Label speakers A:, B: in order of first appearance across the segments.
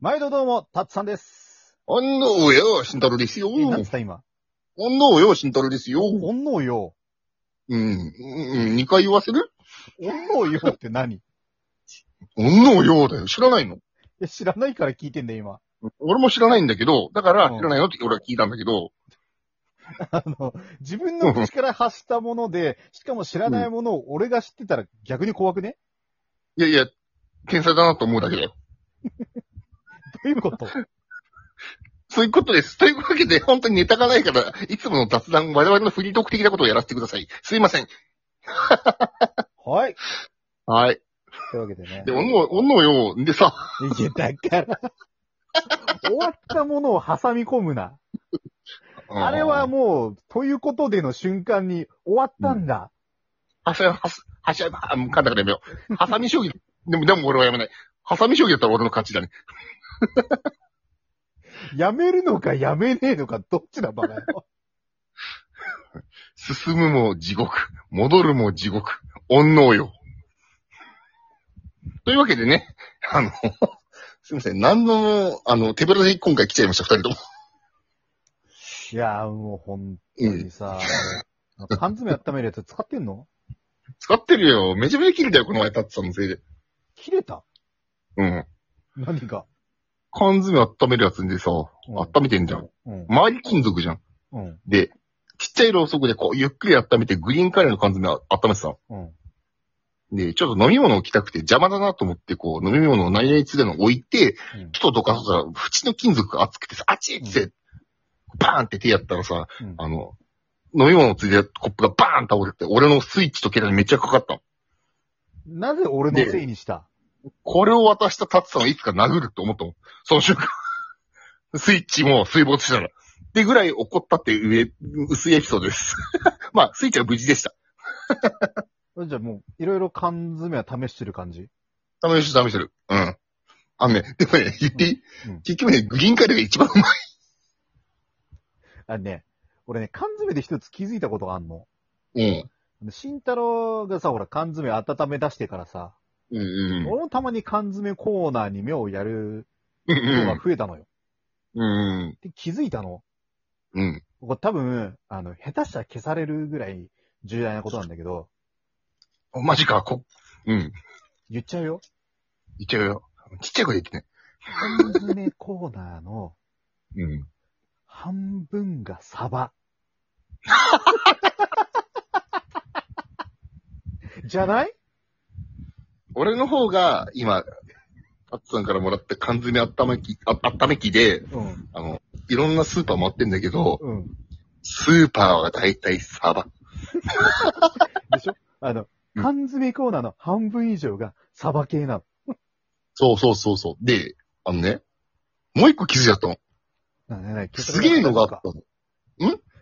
A: 毎度どうも、たつさんです。
B: 安納よ、慎太郎ですよ。
A: え、なん
B: 安
A: つった今。
B: 納よ、慎太郎ですよ。うん、
A: 本能よ。
B: うん、うん二回言わせる
A: 本能よって何
B: 安納よだよ。知らないの
A: え、知らないから聞いてんだよ、今。
B: 俺も知らないんだけど、だから
A: うん
B: 知らないよって俺は聞いたんだけど、
A: あの、自分の口から発したもので、しかも知らないものを俺が知ってたら逆に怖くね
B: いやいや、天才だなと思うだけだよ。
A: どういうこと
B: そういうことです。というわけで、本当にネタがないから、いつもの雑談、我々のフリートーク的なことをやらせてください。すいません。
A: はい。
B: はい。
A: というわけでね
B: で、。安納、安納よ、でさ、
A: いや、だから。終わったものを挟み込むな。あれは
B: も
A: もう、ということでの瞬間に終わったんだ。
B: はさ、はさ、はさ、あ、もう噛んだからやめよう。ハサミ将棋、でも、でも俺はやめない。ハサミ将棋だったら俺の勝ちだね。
A: やめるのかやめねえのか、どっちだ、バカ野郎。
B: 進むも地獄、戻るも地獄、恩能よ。というわけでね、あの、 すいません、何の、あの、手ぶらで今回来ちゃいました、二人とも。
A: いやー、もう本
B: う
A: 当に
B: ん。
A: さ、缶詰温めるやつ使ってんの
B: 使ってるよ。めちゃめちゃ切れたよ、この前、タッツさんのせいで。
A: 切れた
B: うん。
A: 何が、
B: 缶詰温めるやつでさ、
A: うん
B: 温めてんじゃん。
A: うん、
B: 周り金属じゃん。
A: うん、
B: で、ちっちゃいろうそくでこう、ゆっくり温めて、グリーンカレーの缶詰を温めてたの。
A: うん。
B: で、ちょっと飲み物を着たくて邪魔だなと思って、こう、飲み物を何々つでの置いて、
A: うん
B: ちょっとどかそうとしたら、縁の金属が熱くてさ、あちっつって、バーンって手やったらさ、
A: うん
B: あの、飲み物をついてたコップがバーン倒れて、俺のスイッチと携帯にめっちゃかかったの。
A: なぜ俺のせいにした
B: これを渡したタツさんはいつか殴ると思ったもん。その瞬間。 スイッチも水没したら。ってぐらい怒ったっていう上、薄いエピソードです。 まあ、スイッチは無事でした。
A: じゃあもう、いろいろ缶詰は試してる感じ
B: 試してる試してる。うん。あのね、でもね、言っていい、
A: うんうん
B: 結局ね、グリーンカレーが一番うまい。
A: あのね、俺ね、缶詰で一つ気づいたことがあんの。
B: うん。
A: 慎太郎がさ、ほら、缶詰温め出してからさ、
B: うんうん
A: 俺もたまに缶詰コーナーに目をやる
B: う
A: 人が
B: ん。
A: 増えたのよ。
B: うん。
A: で、気づいたの。
B: うん。
A: これ多分、あの、下手したら消されるぐらい重大なことなんだけど、
B: うん。マジか、こ、うん。
A: 言っちゃうよ。
B: 言っちゃうよ。ちっちゃい声で言ってね。
A: 缶詰コーナーの
B: うん。
A: 半分がサバ。 じゃない
B: 俺の方が、今、あっつさんからもらった缶詰あっためき、あっためきで、
A: うん。
B: あの、いろんなスーパー回ってんだけど、
A: うん。
B: スーパーは大体サバ。
A: でしょあの、
B: うん
A: 缶詰コーナーの半分以上がサバ系なの。
B: そうそうそうそう。で、あのね、もう一個気づいちゃったの。
A: ななな消さ
B: す
A: れ
B: げ
A: ね
B: えのがあっ
A: か
B: たの。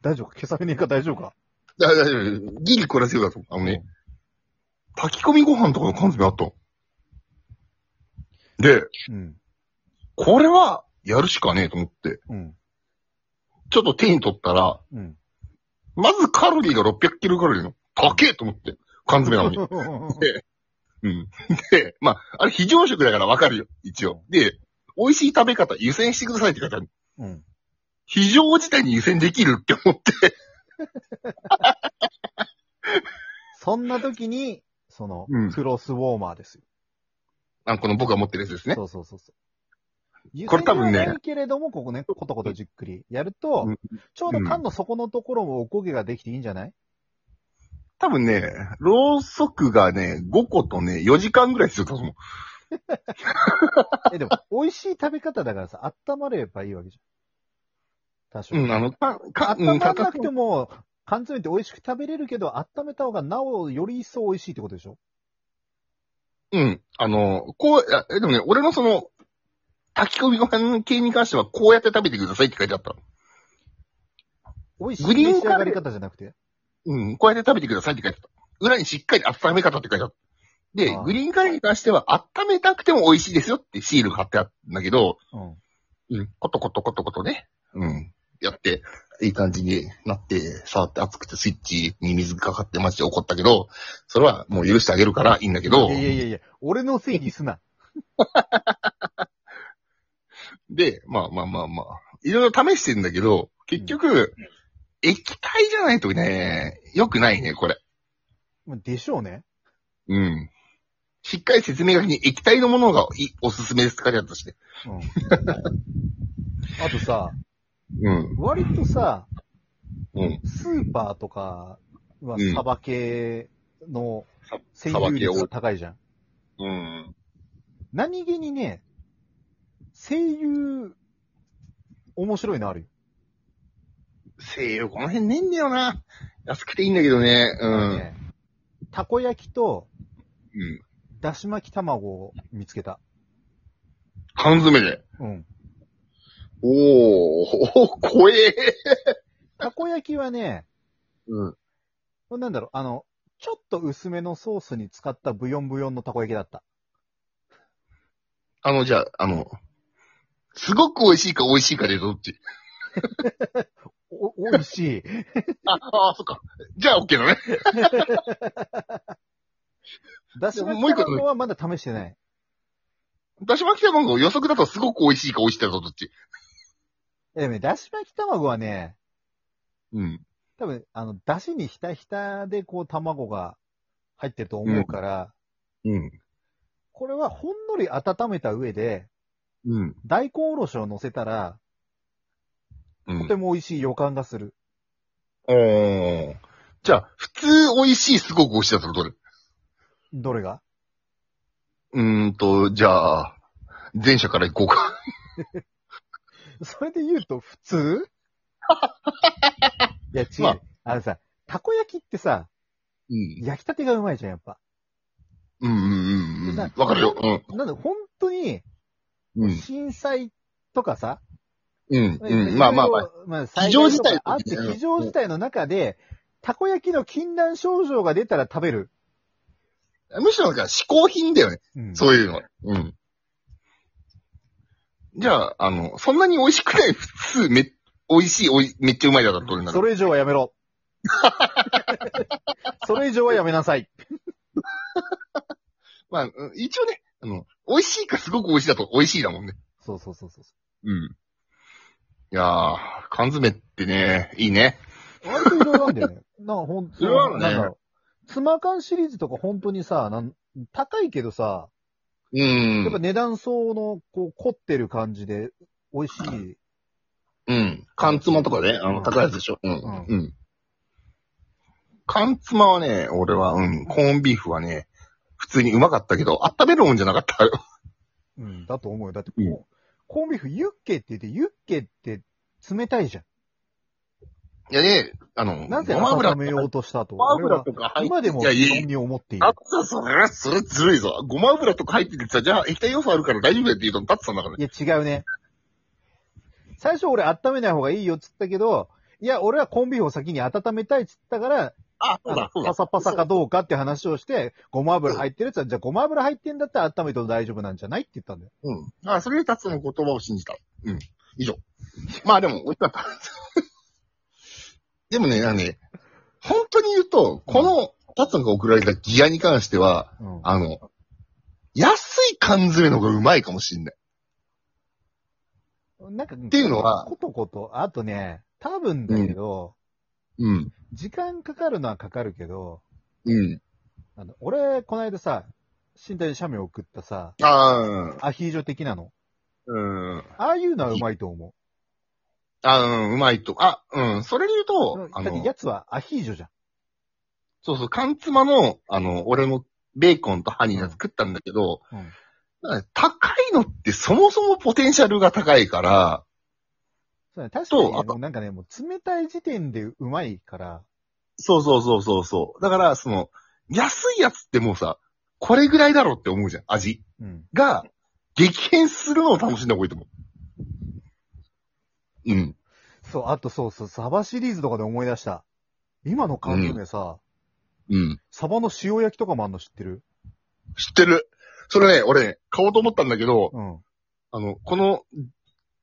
A: 大丈夫か消されねえか大丈夫か
B: だだだギリこらせようだと。あのね、炊き込みご飯とかの缶詰あったの。で、
A: うん。
B: これは、やるしかねえと思って、
A: うん。
B: ちょっと手に取ったら、
A: うん。
B: まずカロリーが600キロカロリーの、高えと思って、缶詰 なのに。
A: う
B: うん。で、まあ、あれ非常食だからわかるよ、一応。で、美味しい食べ方、湯煎してくださいって書いてある。
A: ん。
B: 非常事態に湯煎できるって思って、
A: そんな時に、その
B: う、ん
A: クロスウォーマーですよ。
B: あこの僕が持ってるやつですね。
A: そうそうそうそう。
B: これ多分ね
A: 湯煎ではないけれども、ここね、コトコトじっくりやると、
B: うん
A: ちょうど缶の底のところもおこげができていいんじゃない
B: 多分ね、ろうそくがね、5個とね、4時間ぐらい必要だと思う。
A: え、 でも、美味しい食べ方だからさ、温まればいいわけじゃん。多少。
B: うん、あの、か、か、う
A: 温ま
B: ん、
A: ら
B: か
A: なくても、缶詰って美味しく食べれるけど、温めた方がなおより一層美味しいってことでしょ
B: うん、あの、こう、あえ、でもね、俺のその、炊き込みご飯系に関しては、こうやって食べてくださいって書いてあった。
A: 美味しい
B: グリーン
A: 召し上
B: カ
A: が
B: レ
A: り
B: ー
A: 方じゃなくて。
B: うん、こうやって食べてくださいって書いてあった。裏にしっかり温め方って書いてあった。で
A: ああ、
B: グリーンカレーに関しては、温めたくても美味しいですよってシール貼ってあったんだけど、
A: うん。
B: うん、コトコトコトコトね、うん、やって、いい感じになって、触って熱くてスイッチに水がかかってマジで怒ったけど、それはもう許してあげるからいいんだけど
A: いや、いやいやいや、俺のせいにすな。
B: で、まあまあまあまあ、いろいろ試してんだけど、結局、液体じゃないとね、良くないね、これ。
A: まあでしょうね。
B: うん。しっかり説明書きに液体のものがいおすすめですって書いてあったしね。
A: うん。あとさ、
B: うん。
A: 割とさ、
B: うん。
A: スーパーとかは
B: うん
A: サバ系の
B: さ
A: 占有率が高いじゃん。
B: うん。
A: 何気にね、声優、面白いのあるよ。
B: 西洋、この辺ねえんだよな。安くていいんだけどね。う
A: あの
B: ん。
A: ねたこ焼きと、
B: うん。
A: だし巻き卵を見つけた。
B: 缶詰で。
A: うん。
B: おー、 おー怖え。
A: たこ焼きはね、
B: うん。
A: なんだろう、あの、ちょっと薄めのソースに使ったブヨンブヨンのたこ焼きだった。
B: あの、じゃあ、あの、すごく美味しいか美味しいかでどっち
A: お、美味し い。
B: あ、あー、そっか。じゃあ、オッケーだね。
A: だし巻き卵はまだ試してない。
B: だし巻き卵予測だとすごく美味しいか美味しいかだとどっち
A: えでもね、だし巻き卵はね、
B: うん。
A: 多分、あの、だしにひたひたでこう卵が入ってると思うから、
B: うん。
A: これはほんのり温めた上で、
B: うん。
A: 大根おろしを乗せたら、
B: う
A: と
B: ん。
A: ても美味しい予感がする。
B: おー。じゃあ、普通美味しい、すごく美味しいだとどれ
A: どれが
B: うーんと、じゃあ、前者から行こうか。
A: それで言うと普 通いや、違う、
B: まあ
A: あのさ、たこ焼きってさ、
B: うん。
A: 焼きたてがうまいじゃん、やっぱ。
B: うんうんうんうん。わかるよ。
A: なんで、本当に、
B: うん。うん。
A: 震災とかさ、
B: うん。うん。まあまあまあ。
A: あ、まあ、
B: 非常事態
A: あって、非常事態の中で、たこ焼きの禁断症状が出たら食べる。
B: むしろなんか、嗜好品だよね。
A: うん
B: そういうの。うん。じゃあ、あの、そんなに美味しくない普通、め、美味しい、おい、めっちゃうまいだったらどれな
A: そ
B: の
A: れ以上はやめ ろ。それ以上はやめなさい。
B: まあ、うん一応ね、あの、美味しいかすごく美味しいだと美味しいだもんね。
A: そうそうそうそう。
B: うん。いやー、缶詰ってね、いいね。
A: 割といろいろあるんだよね。なんかほん
B: いろいろあるね
A: なんだろう。ツマ缶シリーズとか本当にさ、なん高いけどさ、
B: う
A: やっぱ
B: ん。
A: 値段層のこう凝ってる感じで美味しい。
B: うん。缶妻とかね、あ
A: う
B: の、
A: ん
B: 高いやつでしょ。うん。
A: ん
B: うん。缶妻はね、俺は、うん、コーンビーフはね、普通にうまかったけど、温めるもんじゃなかった。
A: うん、だと思うよ。だってこう、
B: うん
A: コーンビーフユッケって言って、ユッケって冷たいじゃ
B: いやね、あの、
A: ん。なぜ
B: ごま油
A: 温めようとしたと。
B: ごま油
A: 俺
B: とか
A: は
B: 入って
A: 今でも
B: いやいや
A: 疑問に思っている
B: あ。った、それ、それずるいぞ。ごま油とか入っててさ、じゃあ液体要素あるから大丈夫だって言うと立ってたんだからね。
A: いや、違うね。最初俺温めない方がいいよっつったけど、いや、俺はコンビーフを先に温めたいっつったから、
B: あ、そう
A: あ
B: だ、そ
A: の
B: う
A: パ
B: だ。
A: サパサかどうかって話をして、ごま油入ってるやつは、じゃあごま油入ってんだったら温めても大丈夫なんじゃないって言ったんだよ。
B: うん。あ、それで立つの言葉を信じた。うん。以上。まあでも、美味しかった。でもね、なんで、本当に言うと、この、立つのが送られたギアに関しては、
A: うん。
B: あの、安い缶詰の方がうまいかもしんない。
A: なんか、って
B: いうのは
A: ことこと、あとね、多分だけど、
B: うん。
A: 時間かかるのはかかるけど、
B: うん。
A: あの俺、この間さ、身体に写メを送ったさ、
B: ああ、
A: アヒージョ的なの。
B: うん。
A: ああいうのはうまいと思
B: あうん、うまいと。あ、うん。それで言う
A: う。
B: と、
A: だ
B: あ
A: って
B: の、
A: やつはアヒージョじゃん。
B: そうそう、缶妻の、あの、俺もベーコンとハニーのやつ食ったんだけど、
A: うん
B: なんか高いのってそもそもポテンシャルが高いから、
A: そうだね、確かにね、
B: そうあと
A: もうなんかね、もう冷たい時点でうまいから、
B: そうそうそうそうそう。だから、その、安いやつってもうさ、これぐらいだろって思うじゃん、味
A: うん。
B: が、激変するのを楽しんだ方がいいと思う。うん。
A: そう、あとそうそう、サバシリーズとかで思い出した。今の缶詰さ、
B: うん。
A: サバの塩焼きとかもあんの知ってる
B: 知ってる。それね、俺ね、買おうと思ったんだけど、
A: うん。
B: あの、この、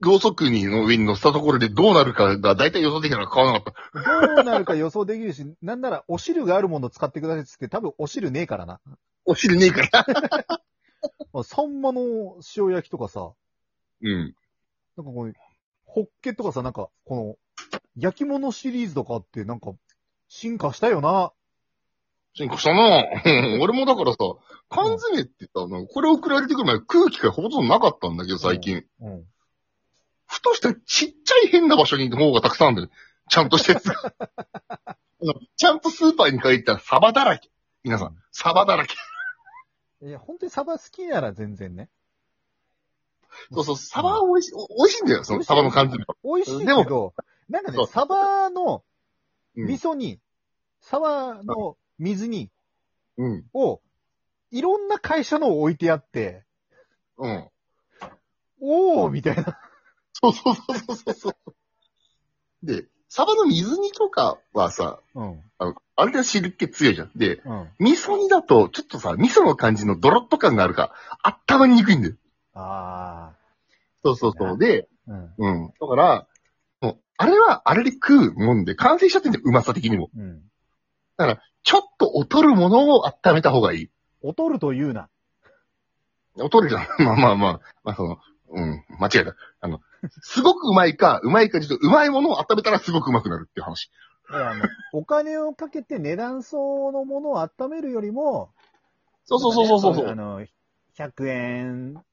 B: ろうそくにの上に乗せたところでどうなるかが大体予想できたから買わなかった。
A: どうなるか予想できるし、 なんならお汁があるもの使ってくださいって言って、多分お汁ねえからな。
B: お汁ねえから。
A: まあサンマの塩焼きとかさ、
B: うん。
A: なんかこう、ホッケとかさ、なんか、この、焼き物シリーズとかって、なんか、進化したよな。
B: 進化したな 俺もだからさ、缶詰ってさ、なんかこれ送られてくる前空気がほとんどなかったんだけど、最近。
A: うん。
B: ふとしたちっちゃい変な場所に方がたくさんあるんだよ。ちゃんとしたやつが。 ちゃんとスーパーに帰ったらサバだらけ。皆さん、サバだらけ。
A: いや、本当にサバ好きなら全然ね。
B: そうそう、サバは美味しい、お美味しいんだよ、そのサバの缶詰。
A: 美味しいけ
B: でも
A: ど、なんか
B: そ
A: ね
B: う、
A: サバの
B: うん
A: 味噌に、サバの水煮
B: うん。
A: を、いろんな会社のを置いてあって、
B: うん。
A: おーみたいな。
B: そうそうそうそうそう。で、サバの水煮とかはさ、
A: うん。
B: あのあれで汁気強いじゃん。で、
A: うん。
B: 味噌煮だと、ちょっとさ、味噌の感じのドロッと感があるから、温まりにくいんだよ。
A: あ
B: そうそうそう。で、
A: ー。うん。
B: うん。だから、もう、あれはあれで食うもんで、完成しちゃってんだよ、うまさ的にも。
A: うん。
B: ちょっと劣るものを温めた方がいい。
A: 劣るというな。
B: 劣るじゃん。 まあまあまあ、まあその、うん、間違えた。あの、すごくうまいか、うまいかちょっとうまいものを温めたらすごくうまくなるっていう話。
A: だからあのお金をかけて値段相応のものを温めるよりも、
B: そうそうそうそうそ
A: あ
B: う。
A: の、100円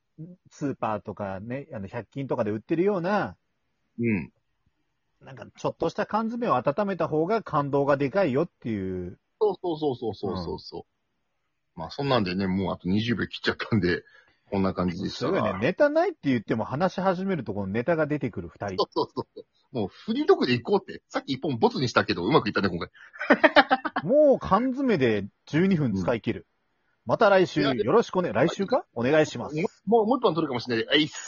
A: スーパーとかね、あの、100均とかで売ってるような、
B: うん。
A: なんかちょっとした缶詰を温めた方が感動がでかいよっていう。
B: そうそうそうそうそうそうそう。まあそんなんでね、もうあと20秒切っちゃったんで、こんな感じでし
A: す
B: た
A: ごいね
B: が。、
A: ネタないって言っても話し始めるとこのネタが出てくる二人
B: そ。うそうそう。もうフリートークで行こうって。さっき一本ボツにしたけど、うまくいったね、今回。
A: もう缶詰で12分使い切る。また来週よろしくね、来週かお願いします。
B: もう、もう一本取るかもしれない。あいっす。